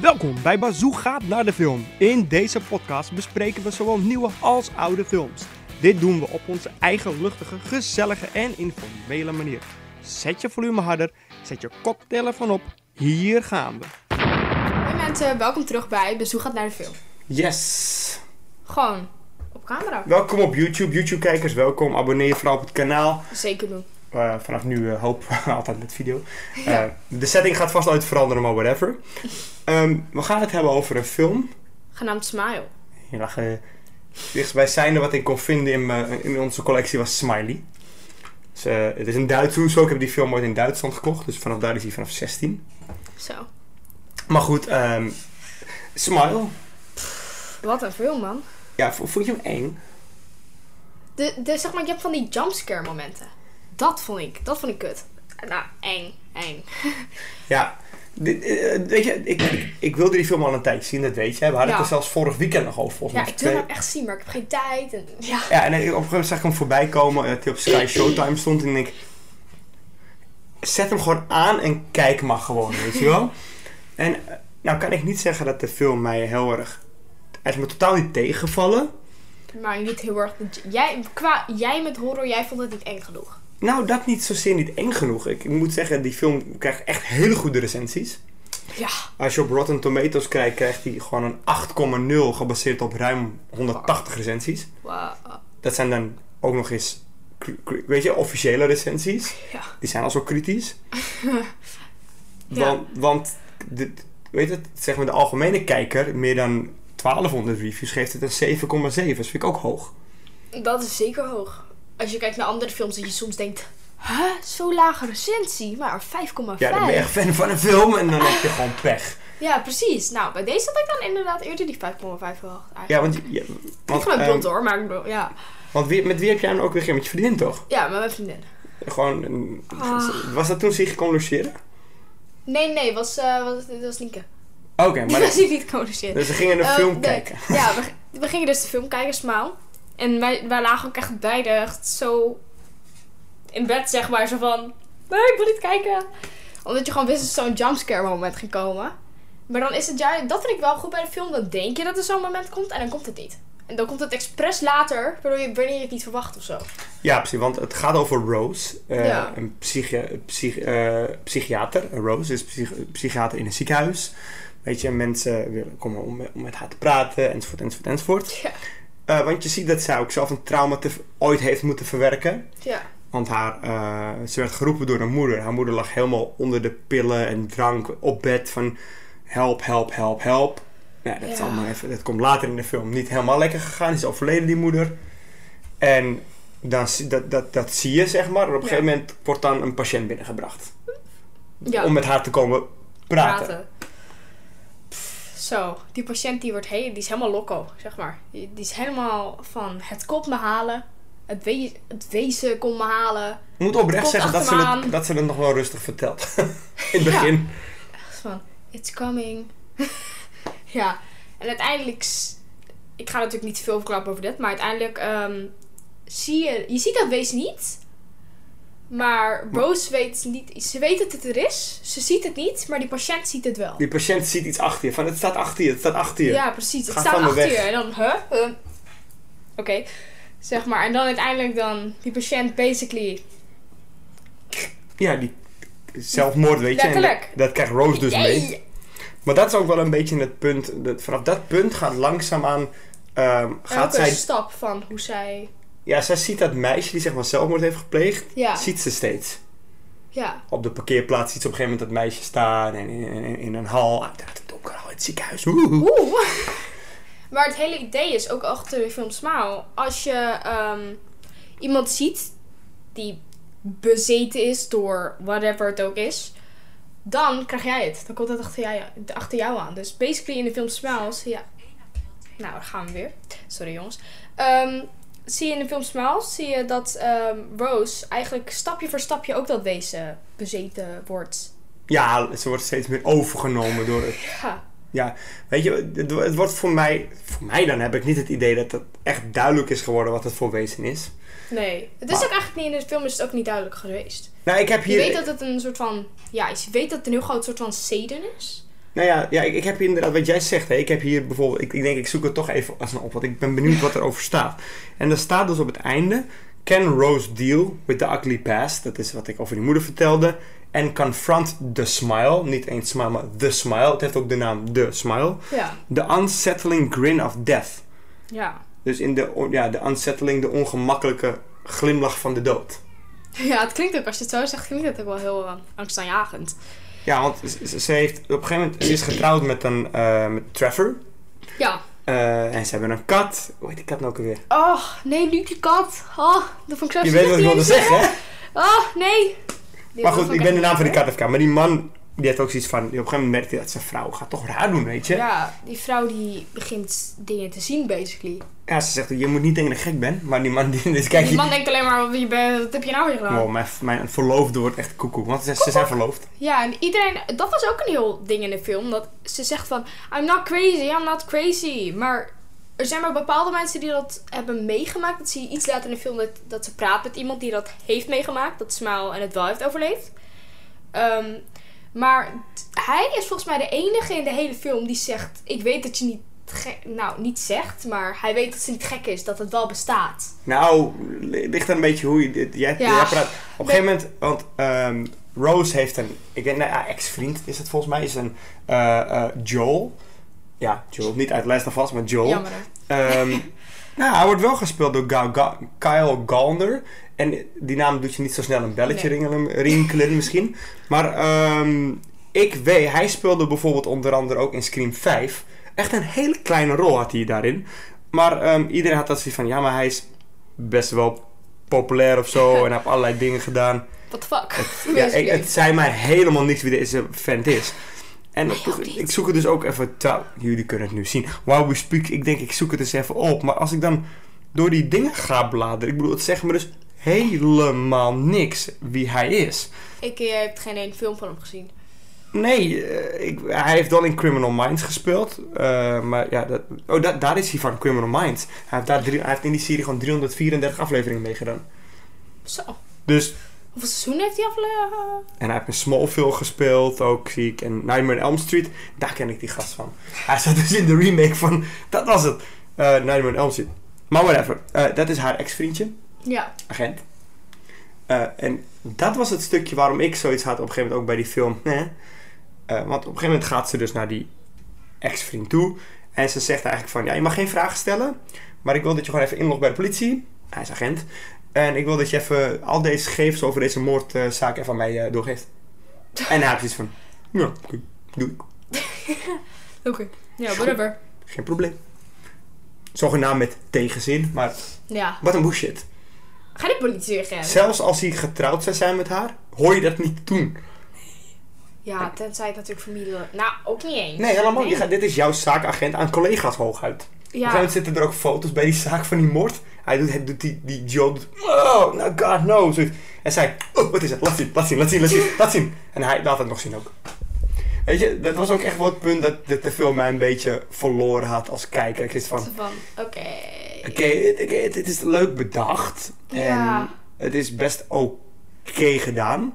Welkom bij Bazoo gaat naar de film. In deze podcast bespreken we zowel nieuwe als oude films. Dit doen we op onze eigen luchtige, gezellige en informele manier. Zet je volume harder, zet je cocktail ervan op. Hier gaan we. Hoi mensen, welkom terug bij Bezoek gaat naar de film. Yes! Gewoon op camera. Welkom op YouTube. YouTube-kijkers, welkom. Abonneer je vooral op het kanaal. Zeker doen. Eh, vanaf nu eh, hoop altijd met video. Eh, de setting gaat vast nooit veranderen, maar whatever. Ehm, we gaan het hebben over een film. Genaamd Smile. Heel erg eh, dichtstbij zijnde wat ik kon vinden in, mijn- in onze collectie was Smiley. Dus, eh, het is een Duits hoes ook. Ik heb die film ooit in Duitsland gekocht. Dus vanaf daar is hij vanaf 16. Zo. Maar goed, ehm, Smile. Wat een film, man. Ja, v- vond je hem eng? De, de, zeg maar, je hebt van die jumpscare momenten. Dat vond ik, dat vond ik kut. Nou, eng, eng. Ja. Dit, eh, weet je, ik, ik, ik wilde die film al een tijdje zien, dat weet je. We hadden Ja. het er zelfs vorig weekend nog over, volgens Ja, mij. ik wil Twee- hem echt zien, maar ik heb geen tijd. En, ja. Ja, en op een gegeven moment zag ik hem voorbij komen eh, dat hij op Sky Showtime stond. En ik zet hem gewoon aan en kijk maar gewoon, weet je wel. En eh, nou kan ik niet zeggen dat de film mij heel erg... Hij is me totaal niet tegengevallen. Maar niet heel erg. Jij, qua, jij met horror, jij vond het niet eng genoeg. Nou, dat niet zozeer niet eng genoeg. Ik moet zeggen, die film krijgt echt hele goede recensies. Ja. Als je op Rotten Tomatoes kijkt, krijgt hij gewoon een 8,0 gebaseerd op ruim 180 recensies. Wow. Dat zijn dan ook nog eens, cri- cri- weet je, officiële recensies. Ja. Die zijn al zo kritisch. Ja. Want, want de, weet het, zeg maar de algemene kijker, meer dan 1200 reviews, geeft het een 7,7. Dat vind ik ook hoog. Dat is zeker hoog. Als je kijkt naar andere films, dat je soms denkt... Huh, zo lage recensie, maar 5,5. Ja, dan ben je echt fan van een film en dan heb je gewoon pech. Ja, precies. Nou, bij deze had ik dan inderdaad eerder die 5,5 verwacht. Eigenlijk. Ja, want, ja, Niet want, van mijn ehm, blond hoor, maar ik bedoel, ja. want wie, met wie heb jij dan ook weer geen met je vriendin toch? Ja, met mijn vriendin. Gewoon, een- Ah. was dat toen ze hier kon logeren? Nee, nee, was, eh was, dat was Nienke. Oké, Die maar was dat- ik niet communiceren. dus ze gingen een Eh, film nee. kijken. Ja, we, we gingen dus de film kijken, Smaal. En wij, wij lagen ook echt beide echt zo in bed, zeg maar. Zo van, nee, ik wil niet kijken. Omdat je gewoon wist dat zo'n jumpscare moment ging komen. Maar dan is het, ja, dat vind ik wel goed bij de film. Dan denk je dat er zo'n moment komt en dan komt het niet. En dan komt het expres later, waardoor je, wanneer je het niet verwacht of zo. Ja, precies. Want het gaat over Rose. eh, Ja. Een psychi- psych- eh, psychiater. Rose is psych- psychiater in een ziekenhuis. Weet je, mensen willen komen om, om met haar te praten, enzovoort, enzovoort, enzovoort. Ja. Eh, want je ziet dat zij ook zelf een trauma te- ooit heeft moeten verwerken. Ja. Want haar, eh, ze werd geroepen door haar moeder. Haar moeder lag helemaal onder de pillen en drank op bed van help, help, help, help. Nou, dat, is Ja. allemaal even, dat komt later in de film niet helemaal lekker gegaan. Is overleden die moeder. En dan, zie- dat, dat, dat zie je zeg maar. En op een Ja. gegeven moment wordt dan een patiënt binnengebracht. Ja. Om met haar te komen praten. Pff, Zo, die patiënt die, wordt he die is helemaal loco, zeg maar. Die, die is helemaal van het komt me halen, het, we het wezen komt me halen. Ik moet oprecht Komt zeggen dat ze, achter me het, aan. dat ze het nog wel rustig vertelt. in het Ja. begin. Echt van, it's coming. ja, en uiteindelijk, s- ik ga natuurlijk niet veel verklappen over dit, maar uiteindelijk ehm, zie je, je ziet dat wezen niet. Maar Rose weet niet, ze weet dat het er is, ze ziet het niet, maar die patiënt ziet het wel. Die patiënt ziet iets achter je. Van het staat achter je, het staat achter je. Ja, precies. Het Ga staat van me achter je. weg. En dan, huh? Huh? Oké. Zeg maar. En dan uiteindelijk dan die patiënt basically... Ja, die zelfmoord, weet je. En dat, Letterlijk. dat krijgt Rose dus mee. Yay! Maar dat is ook wel een beetje het punt. Dat, vanaf dat punt gaat langzaamaan... ehm En ook gaat een zij... stap van hoe zij... Ja, zij ziet dat meisje die zeg maar zelfmoord heeft gepleegd. Ja. Ziet ze steeds. Ja. Op de parkeerplaats ziet ze op een gegeven moment dat meisje staan. En in, in- in een hal. Uiteraard een donkere hal in het ziekenhuis. Oeh. Oeh. Maar het hele idee is ook achter de film Smile. Als je ehm, iemand ziet die bezeten is door whatever het ook is. Dan krijg jij het. Dan komt het achter jou, achter jou aan. Dus basically in de film Smile. zie je- Nou, daar gaan we weer. Sorry jongens. Ehm, zie je in de film Smile. Zie je dat ehm, Rose eigenlijk stapje voor stapje ook dat wezen bezeten wordt. Ja, ze wordt steeds meer overgenomen door het... Ja. Ja, weet je, het, het wordt voor mij... Voor mij dan heb ik niet het idee dat het echt duidelijk is geworden wat het voor wezen is. Nee. Het is Maar- ook eigenlijk niet in de film is het ook niet duidelijk geweest. Nou, ik heb Je hier... weet dat het een soort van. Ja, je weet dat het een heel groot soort van zeden is. Nou ja, ja ik, ik heb hier inderdaad wat jij zegt. Hè. Ik heb hier bijvoorbeeld, ik, ik denk ik zoek het toch even alsnog op, want ik ben benieuwd wat erover staat. En er staat dus op het einde, can Rose deal with the ugly past? Dat is wat ik over die moeder vertelde. En confront the smile, niet eens smile, maar the smile. Het heeft ook de naam the smile. Ja. The unsettling grin of death. Ja. Dus in de, on- ja, de unsettling, de ongemakkelijke glimlach van de dood. Ja, het klinkt ook, als je het zo zegt, klinkt het ook wel heel eh, angstaanjagend. Ja, want ze- ze, ze heeft op een gegeven moment, ze is getrouwd met een eh, met Trevor. Ja. Eh, en ze hebben een kat. Hoe heet die kat nou ook alweer? Oh, nee, nu die kat. Oh, dat vond ik zo Je weet wat ik wilde slecht. zeggen, hè? Oh, nee. Die Maar dat goed, vond ik ben de echt naam van die niet kat even kwijt. Maar die man, die heeft ook zoiets van... Op een gegeven moment merkt hij dat zijn vrouw gaat toch raar doen, weet je? leuk. Ja, Ja, die vrouw die begint dingen te zien, basically. ze zegt, je moet niet denken dat ik gek ben. Maar die man, die, dus kijk... die Die man denkt alleen maar, wat, je bent, wat heb je nou weer gedaan? Wow, mijn, mijn verloofde wordt echt koekoek. Want ze, ze zijn verloofd. Ja, en iedereen... Dat was ook een heel ding in de film. Dat ze zegt van, I'm not crazy, I'm not crazy. Maar er zijn maar bepaalde mensen die dat hebben meegemaakt. Dat zie je iets later in de film. Dat, dat ze praat met iemand die dat heeft meegemaakt. Dat Smaal en het wel heeft overleefd. Ehm, maar t- hij is volgens mij de enige in de hele film die zegt... Ik weet dat je niet... ge- nou, niet zegt, maar hij weet dat ze niet gek is. Dat het wel bestaat. Nou, li- ligt aan een beetje hoe je... dit- Jij, Ja. jij praat... Op een gegeven moment... Want ehm, Rose heeft een... Ik denk, nou ja, ex-vriend is het volgens mij. Is een eh, eh, Joel. Ja, Joel. Niet uit Last of Us, maar Joel. Jammer. Ehm, nou, hij wordt wel gespeeld door Ga- Ga- Kyle Galner. En die naam doet je niet zo snel een belletje Nee. ringelen, rinkelen misschien. Maar ehm, ik weet, hij speelde bijvoorbeeld onder andere ook in Scream 5. Echt een hele kleine rol had hij daarin. Maar ehm, iedereen had dat zoiets van, ja, maar hij is best wel populair of zo. en hij heeft allerlei dingen gedaan. What the fuck? Ja, Basically. ik, het zei mij helemaal niks wie deze vent is. En Mij op- ook niet. ik zoek het dus ook even... trouw- Jullie kunnen het nu zien. Wow, we speak. Ik denk, ik zoek het eens even op. Maar als ik dan door die dingen ga bladeren... Ik bedoel, het zegt me dus helemaal niks wie hij is. Ik eh, heb geen één film van hem gezien. Nee, eh, ik, hij heeft wel in Criminal Minds gespeeld. eh, maar ja, dat, oh, da- daar is hij van, Criminal Minds. Hij heeft, daar drie- hij heeft in die serie gewoon 334 afleveringen meegedaan. Zo. Dus Hoeveel seizoen heeft hij afle... En hij heeft in Smallville gespeeld ook, zie ik. En Nightmare on Elm Street, daar ken ik die gast van. Hij zat dus in de remake van, dat was het, eh, Nightmare on Elm Street. Maar whatever, Eh, dat is haar ex-vriendje, Ja. agent. Eh, en dat was het stukje waarom ik zoiets had op een gegeven moment ook bij die film. hè. Eh, want op een gegeven moment gaat ze dus naar die ex-vriend toe. En ze zegt eigenlijk van, ja, je mag geen vragen stellen. Maar ik wil dat je gewoon even inlogt bij de politie. Hij is agent. En ik wil dat je even al deze gegevens over deze moordzaak even aan mij eh, doorgeeft. En hij heeft iets van, ja, oké, doe ik. Oké. Ja, whatever. Geen probleem. Zogenaamd met tegenzin, maar Ja. wat een bullshit. Ga die politie weer gaan. Zelfs als hij getrouwd zou zijn met haar, hoor je dat niet doen. Ja, tenzij het natuurlijk familie... Nou, ook niet eens. Nee, helemaal niet. Je gaat- Dit is jouw zaakagent aan collega's hooguit. Op een gegeven Ja. moment zitten er ook foto's bij die zaak van die moord. Hij doet, hij doet die, die Joe. doet, Oh, no, God, no. Zoiets. En zij, oh, wat is het? Laat zien, laat zien, laat zien, laat zien, laat zien. En hij laat het nog zien ook. Weet je, dat was ook echt wel het punt dat, dat de film mij een beetje verloren had als kijker. Ik zit van, Zo Van, oké. oké, het- oké, het het is leuk bedacht. En Ja. het is best oké gedaan.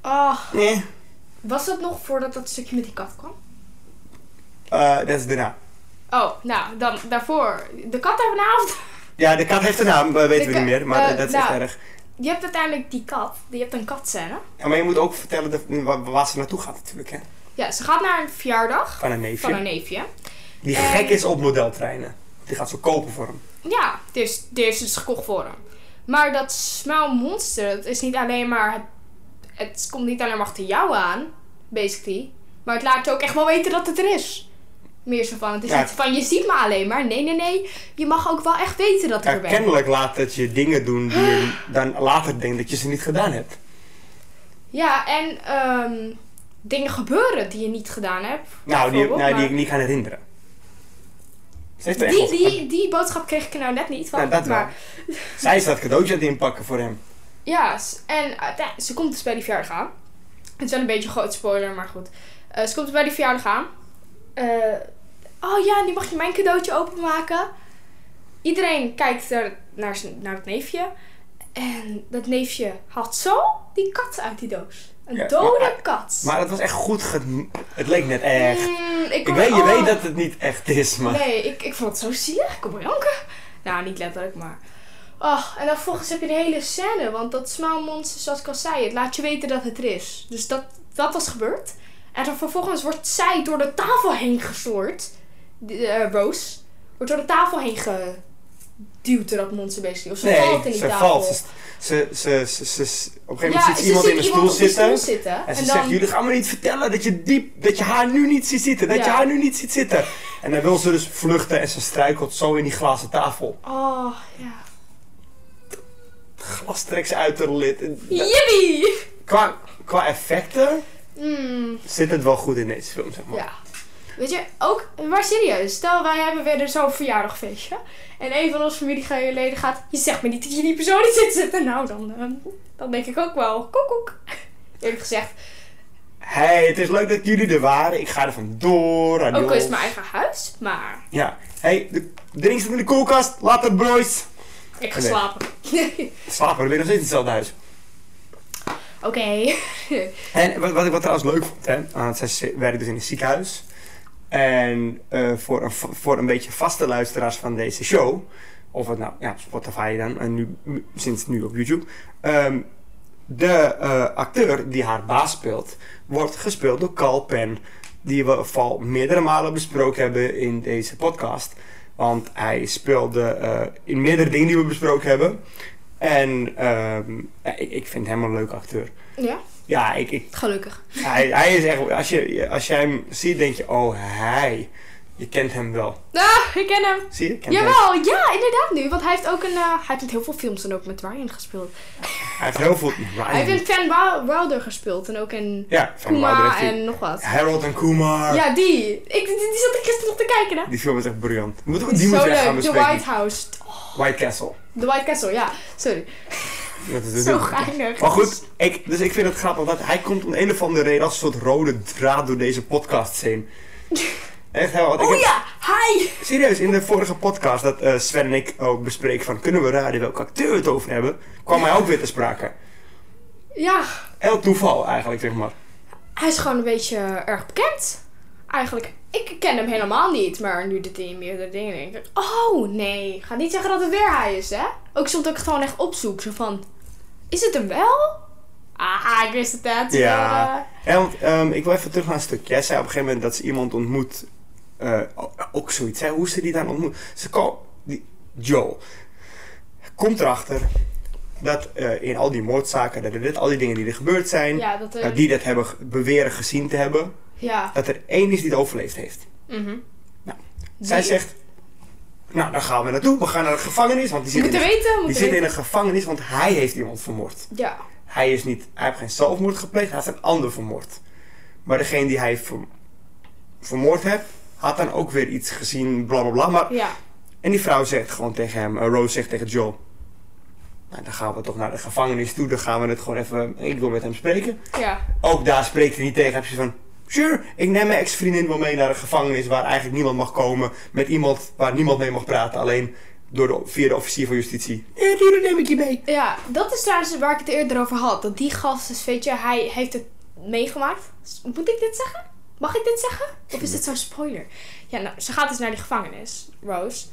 Ah, Nee, was dat nog voordat dat stukje met die kat kwam? eh, dat is daarna. Oh, nou, dan daarvoor. De kat hebben vanavond. Ja, de kat heeft een naam, we weten we ka- niet meer, maar eh, dat is nou. echt erg. Je hebt uiteindelijk die kat. Je hebt een katscène. Ja, maar je moet ook vertellen dat, waar, waar ze naartoe gaat natuurlijk, hè? Ja, ze gaat naar een verjaardag Van een neefje. van een neefje. Die En- gek is op modeltreinen. Die gaat ze kopen voor hem. Ja, dus die heeft ze dus gekocht voor hem. Maar dat smile monster, dat is niet alleen maar... Het, het komt niet alleen maar achter jou aan, basically. Maar het laat je ook echt wel weten dat het er is. Meer zo van, het is Ja. niet van, je ziet me alleen maar. Nee, nee, nee. Je mag ook wel echt weten dat ik Ja, er ben. kennelijk laat dat je dingen doen die je dan later denkt dat je ze niet gedaan hebt. Ja, en ehm, dingen gebeuren die je niet gedaan hebt. Nou, die, bijvoorbeeld, nou, die ik maar niet kan herinneren. Ze heeft er echt die, wat die, gedaan. die, boodschap kreeg ik er nou net niet van. Nou, dat maar wel. Zij is dat cadeautje aan het inpakken voor hem. Ja, s- en uite- ze komt dus bij die verjaardag aan. Het is wel een beetje een groot spoiler, maar goed. Eh, ze komt dus bij die verjaardag aan. Eh, oh ja, nu mag je mijn cadeautje openmaken. Iedereen kijkt er naar, zijn- naar het neefje. En dat neefje haalt zo die kat uit die doos. Een Ja, dode maar- kat. Maar het was echt goed ged- Het leek net echt. Mm, ik Ik kon- weet, je oh. weet dat het niet echt is, maar... Nee, ik, ik vond het zo zielig. Ik kon maar janken. Nou, niet letterlijk, maar... Ach, en dan volgens heb je de hele scène. Want dat smaalmonster, zoals ik al zei, het laat je weten dat het er is. Dus dat, dat was gebeurd. En dan vervolgens wordt zij door de tafel heen gestoord. De, eh, Rose. Wordt door de tafel heen geduwd door dat monster, basically. Of ze valt in die ze tafel. valt. Ze, ze, ze, ze- ze- ze- op een gegeven Ja, moment ziet ze ze iemand ziet in een iemand stoel op een zitten. stoel zitten. En ze En zegt, dan- jullie gaan me niet vertellen dat je, diep, dat je haar nu niet ziet zitten. Dat je Ja. haar nu niet ziet zitten. En dan wil ze dus vluchten en ze struikelt zo in die glazen tafel. Oh, ja. Glas trekt ze uit haar lid. En dat- Yippie! Qua, qua effecten Mm. zit het wel goed in deze film, zeg maar. Ja. Weet je, ook, maar serieus, stel wij hebben weer dus zo'n verjaardagfeestje. En een van onze familieleden gaat, je zegt me niet dat je die persoon niet zit zitten. Nou, dan, ehm, dan denk ik ook wel, koekoek. Eerlijk gezegd, Hé, hey, het is leuk dat jullie er waren. Ik ga er vandoor. Adios. ook al is het mijn eigen huis, maar Ja. Hé, hey, de drinks in de koelkast. Later, broys. ik ga Nee. slapen. Slapen we weer nog steeds in hetzelfde huis. Oké. En wat, wat ik wat trouwens leuk vond, hè, want zij zi- werkt dus in een ziekenhuis. En eh, voor, een, va- voor een beetje vaste luisteraars van deze show, of het nou, ja, Spotify dan, en nu, m- sinds nu op YouTube. ehm, de eh, acteur die haar baas speelt, wordt gespeeld door Carl Penn. Die we al meerdere malen besproken hebben in deze podcast. Want hij speelde eh, in meerdere dingen die we besproken hebben. En ehm, ja, ik, ik vind hem een leuke acteur. Ja, Ja, ik, ik, gelukkig. hij, hij is echt, als, je, als jij hem ziet, denk je, oh hij, je kent hem wel. Ah, ik ken hem. Zie je? Ik ken hem. Jawel, ja, inderdaad nu. Want hij heeft ook een, eh, hij heeft in heel veel films en ook met Ryan gespeeld. Hij heeft heel veel. Hij heeft in Van Wa- Wilder gespeeld en ook in ja, Ah, van Wilder Kuma heeft hij- en nog wat. Harold en Kumar. Ja, die. Ik, die, die zat ik gisteren nog te kijken, hè. Die film is echt briljant. Moet ook, Die die is moeten zo we echt gaan leuk. The bespreken. White House. White Castle. The White Castle, ja. Sorry. Dat is Zo heel- geinig. Maar goed, ik, dus ik vind het grappig dat hij komt om een of andere reden als een soort rode draad door deze podcast heen. Echt heel wat. Ik Oh heb- ja, hi! Serieus, in de vorige podcast dat eh, Sven en ik ook bespreken van kunnen we raden welke acteur we het over hebben, kwam hij ook weer te sprake. Ja, Heel toeval eigenlijk, zeg maar. hij is gewoon een beetje eh, erg bekend. Eigenlijk, ik ken hem helemaal niet, maar nu dit in meerdere dingen denk ik. Oh nee, ga niet zeggen dat het weer hij is, hè? Ook soms dat ik het gewoon echt opzoek, zo van. Is het hem wel? Ah, ik wist het net. Ja. maar, eh, En want, ehm, ik wil even terug naar een stuk. Jij zei op een gegeven moment dat ze iemand ontmoet. eh, o- ook zoiets, hè? Hoe ze die dan ontmoet. Ze ko- die Joel komt erachter dat eh, in al die moordzaken, dat er dit, al die dingen die er gebeurd zijn, ja, dat er. dat nou, die dat hebben ge- beweren gezien te hebben, Ja. dat er één is die het overleefd heeft. mhm. Nou, Zij zegt: Nou, dan gaan we naartoe. We gaan naar de gevangenis, want die Moet zit, in, moeten een- weten, die moeten zit in weten. een gevangenis, want hij heeft iemand vermoord. Ja. Hij, is niet, hij heeft geen zelfmoord gepleegd, hij heeft een ander vermoord. Maar degene die hij ver- vermoord heeft, had dan ook weer iets gezien, bla bla bla. Maar, Ja. en die vrouw zegt gewoon tegen hem, eh, Rose zegt tegen Joel. Nou, dan gaan we toch naar de gevangenis toe, dan gaan we het gewoon even, ik wil met hem spreken. Ja. Ook daar spreekt hij niet tegen, hij is van, sure, ik neem mijn ex-vriendin wel mee naar een gevangenis waar eigenlijk niemand mag komen. Met iemand waar niemand mee mag praten, alleen door de, via de officier van justitie. Ja, tuurlijk neem ik je mee. Ja, dat is trouwens waar ik het eerder over had. Dat die gast is, weet je, hij heeft het meegemaakt. Moet ik dit zeggen? Mag ik dit zeggen? Of is dit zo'n spoiler? Ja, nou, ze gaat dus naar die gevangenis, Rose.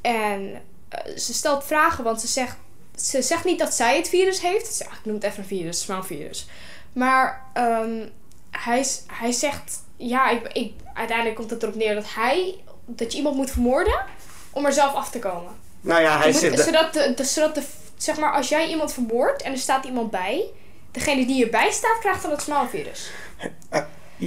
En eh, ze stelt vragen, want ze zegt, ze zegt niet dat zij het virus heeft. Ze, ah, ik noem het even een virus, smaalvirus. Maar ehm, hij, s- hij zegt, ja, ik, ik, uiteindelijk komt het erop neer dat hij, dat je iemand moet vermoorden om er zelf af te komen. Nou ja, hij Je moet- zegt... dat- zodat, de, de- zodat de, zeg maar, als jij iemand vermoordt en er staat iemand bij, degene die erbij staat krijgt dan het smaalvirus.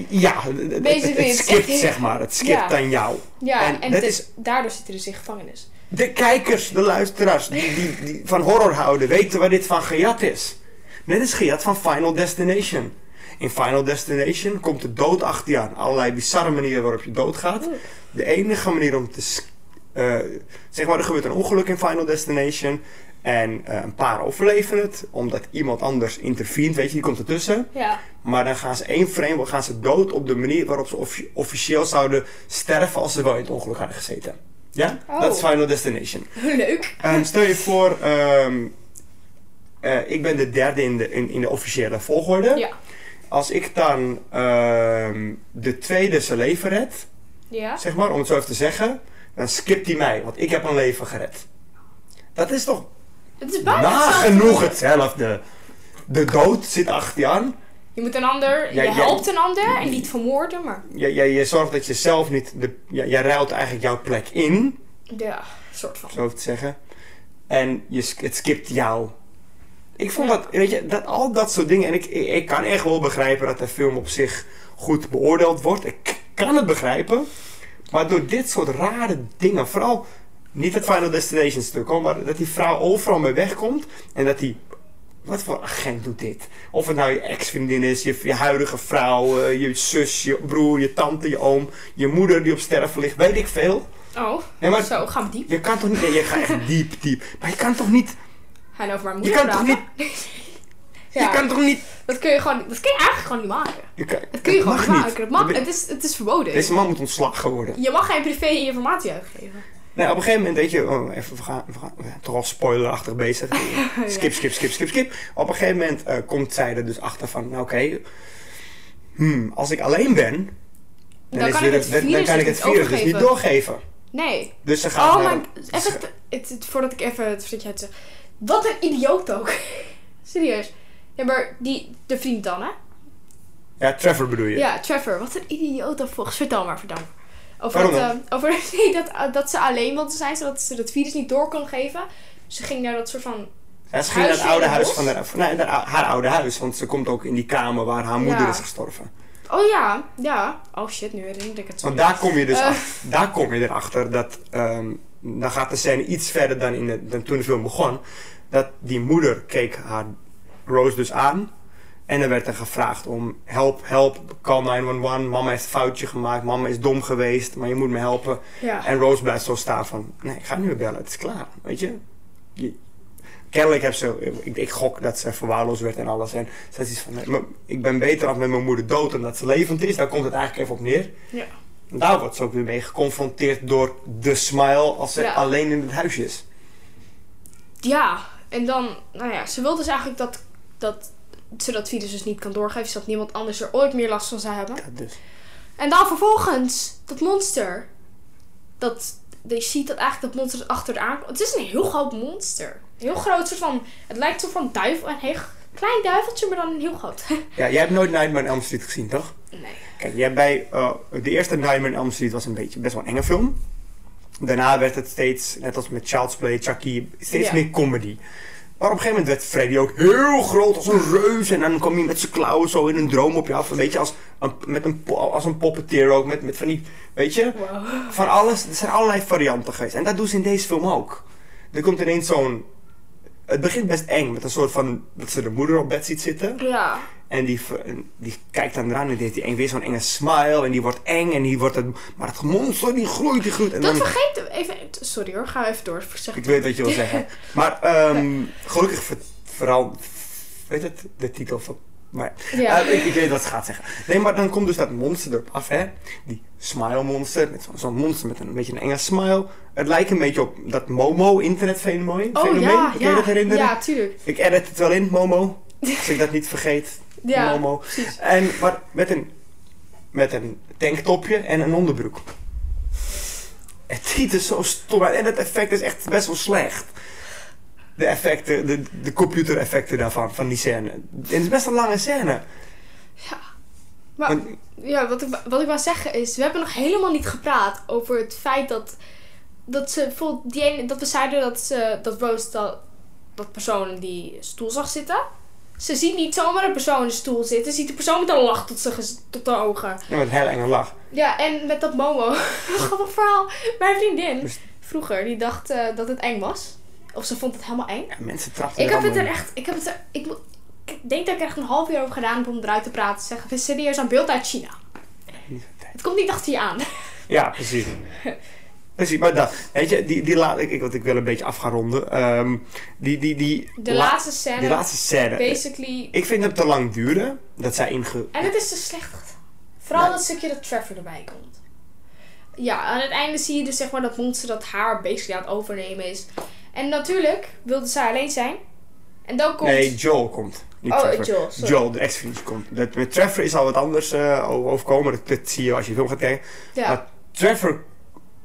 Ja, het- het- het, Basically, het het- skipt zeg maar. Het skipt Ja. aan jou. Ja, En en, dat de- is- daardoor zit er dus in gevangenis. De kijkers, de luisteraars die, die, die van horror houden, weten waar dit van gejat is. Dit is gejat van Final Destination. In Final Destination komt de dood achter je aan. Allerlei bizarre manieren waarop je doodgaat. De enige manier om te... s- eh, zeg maar, er gebeurt een ongeluk in Final Destination. En eh, een paar overleven het. Omdat iemand anders interveent, weet je, die komt ertussen. Ja, Maar dan gaan ze één frame, gaan ze dood op de manier waarop ze offi- officieel zouden sterven als ze wel in het ongeluk hadden gezeten. Ja? Oh. Dat is Final Destination. leuk. Ehm, stel je voor, ehm, eh, ik ben de derde in de, in, in de officiële volgorde. Ja. Als ik dan ehm, de tweede zijn leven red, Ja? zeg maar, om het zo even te zeggen, dan skipt hij mij, want ik heb een leven gered. Dat is toch Het is bijna nagenoeg hetzelfde. hetzelfde. De dood zit achter je aan. Je moet een ander, Ja, je ja. helpt een ander en niet vermoorden, maar... Je, je, je zorgt dat je zelf niet, de, je, je ruilt eigenlijk jouw plek in, Ja, soort van. om zo te zeggen. En je, sk- het skipt jou. Ik vond dat, weet je, dat, al dat soort dingen. En ik, ik, ik kan echt wel begrijpen dat de film op zich goed beoordeeld wordt. Ik kan het begrijpen. Maar door dit soort rare dingen, vooral niet het Final Destination stuk, hoor, maar dat die vrouw overal mee wegkomt en dat die. Wat voor agent doet dit? Of het nou je ex-vriendin is, je, je huidige vrouw, eh, je zus, je broer, je tante, je oom, je moeder die op sterven ligt, weet ik veel. Oh, Nee, maar zo, gaan we diep. je kan toch niet. nee, je gaat echt diep, diep. Maar je kan toch niet. Gaan over mijn Je moeder kan toch praten. niet. Ja, Je kan toch niet. dat kun je gewoon, dat kun je eigenlijk gewoon niet maken. Je kan, Dat kun je gewoon mag niet niet. maken. Dat mag, Je bent- het, is, het is verboden. Deze man moet ontslagen worden. Je mag geen privé informatie uitgeven. Nee, op een gegeven moment weet je. Oh, even, we gaan, we gaan we zijn toch al spoilerachtig bezig. Skip, skip, skip, skip, skip. Op een gegeven moment eh, komt zij er dus achter van. Nou, oké. hmm, als ik alleen ben. Dan, Dan is kan weer ik het- dan- het dan virus kan ik dus het niet virus dus niet overgeven. doorgeven. Nee. Dus ze gaat. Oh, naar maar een- ze even, het, het, het- voordat ik even, voordat jij het zegt. Wat een idioot ook. Serieus. Ja, maar die, de vriend dan, hè? Ja, Trevor bedoel je. Ja, Trevor. Wat een idioot dan volgens. Vertel maar, vertel maar. Over, Waarom dat, eh, over nee, dat, eh, dat ze alleen wilde zijn, zodat ze het virus niet door kon geven. Ze ging naar dat soort van... Ja, ze ging naar het Huisje in oude het huis bos? van haar, nee, naar haar oude huis, want ze komt ook in die kamer waar haar moeder Ja. is gestorven. Oh ja, ja. Oh shit, nu herinner ik het zo. Want daar kom je dus Eh. ach- daar kom je erachter dat, ehm, dan gaat de scène iets verder dan, in de, dan toen de film begon, dat die moeder keek haar Rose dus aan en er werd er gevraagd om help, help, call 911, mama heeft een foutje gemaakt, mama is dom geweest, maar je moet me helpen. Ja. En Rose blijft zo staan van, nee, ik ga nu weer bellen, het is klaar, weet je. Je- Kennelijk heb ze, ik, ik gok dat ze verwaarloosd werd en alles. En ze had iets van, nee, maar ik ben beter af met mijn moeder dood dan dat ze levend is. Daar komt het eigenlijk even op neer. Ja. En daar wordt ze ook weer mee geconfronteerd door de smile als ze Ja. alleen in het huisje is. Ja, en dan, nou ja, ze wil dus eigenlijk dat, dat ze dat virus dus niet kan doorgeven, zodat niemand anders er ooit meer last van zou hebben. Dat dus. En dan vervolgens, dat monster. Dat, je ziet dat eigenlijk dat monster achteraan komt. Het is een heel groot monster. Een heel groot soort van, het lijkt zo van duivel, een heel klein duiveltje, maar dan een heel groot. Ja, jij hebt nooit Nightmare on Elm Street gezien, toch? nee. Kijk, jij hebt bij eh, de eerste Nightmare on Elm Street was een beetje best wel een enge film. Daarna werd het steeds, net als met Child's Play, Chucky, steeds Ja. meer comedy. Maar op een gegeven moment werd Freddy ook heel groot als een reus. En dan kwam hij met zijn klauwen zo in een droom op je af. Een beetje als een, met een, po- als een puppeteer ook. Met, met van die, weet je, Wow. van alles. Er zijn allerlei varianten geweest. En dat doen ze in deze film ook. Er komt ineens zo'n... Het begint best eng met een soort van... Dat ze de moeder op bed ziet zitten. Ja. En die, ver- en die kijkt dan eraan en die heeft die eng, weer zo'n enge smile. En die wordt eng en die wordt het... Maar het monster die groeit, die groeit. En Dat dan, vergeet even. Sorry hoor, ga even door. Zeg, ik weet wat je wil zeggen. Maar ehm, gelukkig ver, vooral... Weet het? De titel van... Maar, Ja. eh, ik, ik weet wat ze gaat zeggen. Nee, maar dan komt dus dat monster erop af, hè. Die smile monster. met zo- Zo'n monster met een beetje een enge smile. Het lijkt een beetje op dat Momo internetfenomeen. oh fenomeen. ja, Kun je ja. dat herinneren? Ja, tuurlijk. Ik edit het wel in, Momo. Als ik dat niet vergeet. Ja, Momo. precies. En maar met een, met een tanktopje en een onderbroek. Het ziet er zo stom uit. En het effect is echt best wel slecht. De effecten, de, de computereffecten daarvan, van die scène. En Het is best een lange scène. Maar Want- ja, wat ik, wa- wat ik wou zeggen is, we hebben nog helemaal niet gepraat over het feit dat, dat ze bijvoorbeeld die ene, dat we zeiden dat ze dat Rose dat, dat persoon die stoel zag zitten. Ze ziet niet zomaar een persoon in de stoel zitten. Ze ziet de persoon met een lach tot, zijn gez- tot de ogen. Ja, met een heel enge lach. Ja, en met dat Momo. Grappig verhaal. Mijn vriendin Dus- vroeger, die dacht eh, dat het eng was. Of ze vond het helemaal eng. Ja, mensen trappen Ik heb het er allemaal in. echt. Ik heb het er. Ik, moet- ik denk dat ik er echt een half uur over gedaan heb om eruit te praten. Te zeggen, het is serieus een beeld uit China. Het komt niet achter je aan. Ja, precies. Precies, maar dat. Weet je, die, die laat ik, ik, want ik wil een beetje af gaan ronden. Ehm, die, die, die, De la- laatste scène. die laatste scène. Basically. Ik vind het te lang duren dat zij inge. En het is te slecht gedaan. Vooral Ja. dat stukje dat Trevor erbij komt. Ja, aan het einde zie je dus zeg maar dat monster dat haar basically aan het overnemen is. En natuurlijk wilde zij alleen zijn. En dan komt. Nee, Joel komt. Niet Oh, Trevor. Joel, sorry. Joel, de ex-vriendje komt. Dat, met Trevor is al wat anders eh, over- overkomen. Dat, dat zie je als je de film gaat kijken. Ja. Maar Trevor...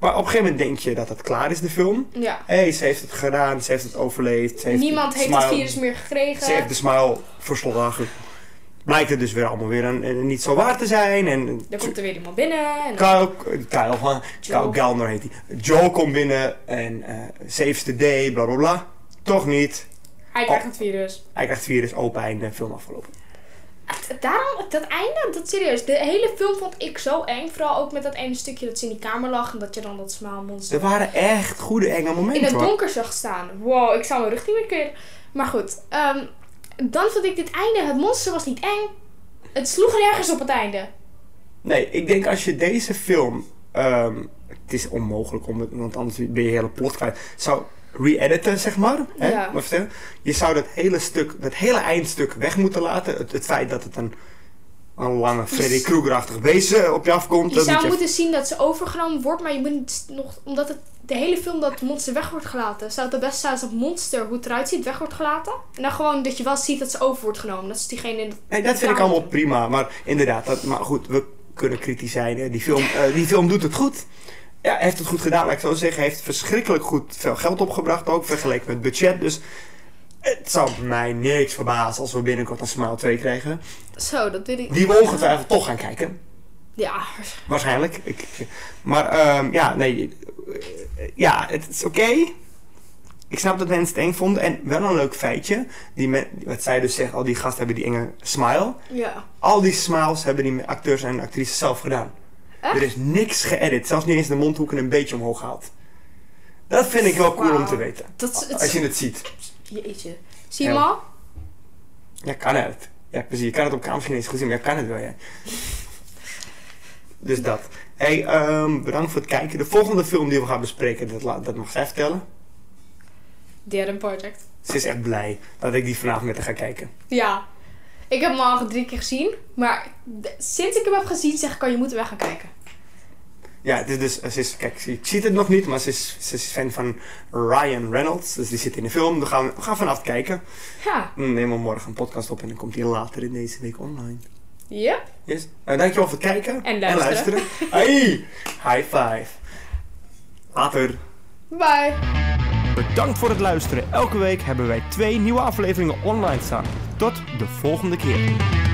Maar op een gegeven moment denk je dat het klaar is, de film. ja. Hé, hey, ze heeft het gedaan. Ze heeft het overleefd. Ze heeft Niemand het heeft het smile- virus meer Ze heeft gekregen. de smile verslagen. Blijkt het dus weer allemaal weer een, een- niet zo waar te zijn. En Dan komt er weer iemand binnen. En dan- Kyle, Kyle, huh? Kyle Joel. Gallner heet hij. Joel komt binnen en eh saves the day, bla bla bla. Toch niet. Hij krijgt Oh. het virus. Hij krijgt virus, open einde, film afgelopen. Het- Daarom, dat einde, dat serieus. De hele film vond ik zo eng. Vooral ook met dat ene stukje dat ze in die kamer lag. En dat je dan dat smaalmonster Er waren echt goede enge in momenten het hoor. donker zag staan. Wow, ik zou mijn rug niet meer keren. Maar goed, ehm, dan vond ik dit einde. Het monster was niet eng. Het sloeg nergens op het einde. Nee, ik denk als je deze film... ehm, het is onmogelijk, om, het- want anders ben je hele plot kwijt. Zou re-editen, zeg maar. Hè? Ja. Maar vertel, je zou dat hele stuk, dat hele eindstuk weg moeten laten. Het, het feit dat het een, een lange Freddy Krueger-achtig wezen op je afkomt. Je dat moet zou je moeten zien dat ze overgenomen wordt, maar je moet niet nog. Omdat het de hele film dat monster weg wordt gelaten. Zou het de beste zijn als dat monster, hoe het eruit ziet, weg wordt gelaten? En dan gewoon dat je wel ziet dat ze over wordt genomen. Dat is diegene. in- Nee, dat vind ik allemaal prima. Maar inderdaad, dat, maar goed, we kunnen kritisch zijn. hè. Die film, eh, die film doet het goed. Ja, hij heeft het goed gedaan, laat ik zo zeggen. Hij heeft verschrikkelijk goed veel geld opgebracht ook, vergeleken met het budget. Dus het zou mij niks verbazen als we binnenkort een Smile 2 krijgen. Zo, dat weet ik. Die we ongetwijfeld toch gaan kijken. Ja, Waarschijnlijk. Ik, maar ehm, ja, nee. eh, Ja, het is oké. Ik snap dat mensen het eng vonden. En wel een leuk feitje. Die men, wat zij dus zegt, al die gasten hebben die enge smile. ja. Al die smiles hebben die acteurs en actrices zelf gedaan. Echt? Er is niks geëdit. Zelfs niet eens de mondhoeken een beetje omhoog gehaald. Dat vind ik wel cool om Wauw. te weten. Dat is. Het, Als je het ziet. Jeetje. Zie je hem al? Ja, kan het. Ja, precies. Je kan het op kamers niet eens goed zien, maar je kan het wel, ja. Dus dat. hey, ehm, bedankt voor het kijken. De volgende film die we gaan bespreken, dat, la- dat mag zij vertellen. Derde project. Ze is echt blij dat ik die vanavond met haar ga kijken. Ja. Ik heb hem al drie keer gezien, maar d- sinds ik hem heb gezien zeg ik al, je moet er weg gaan kijken. Ja, het is dus, ze is, kijk, ik zie het nog niet, maar ze is, ze is fan van Ryan Reynolds. Dus die zit in de film. We gaan, we gaan vanavond kijken. Ja. Dan nemen we morgen een podcast op en dan komt die later in deze week online. Ja. Yes. Eh, dankjewel voor het kijken. En luisteren. luisteren. Hey, high five. Later. Bye. Bedankt voor het luisteren. Elke week hebben wij twee nieuwe afleveringen online staan. Tot de volgende keer.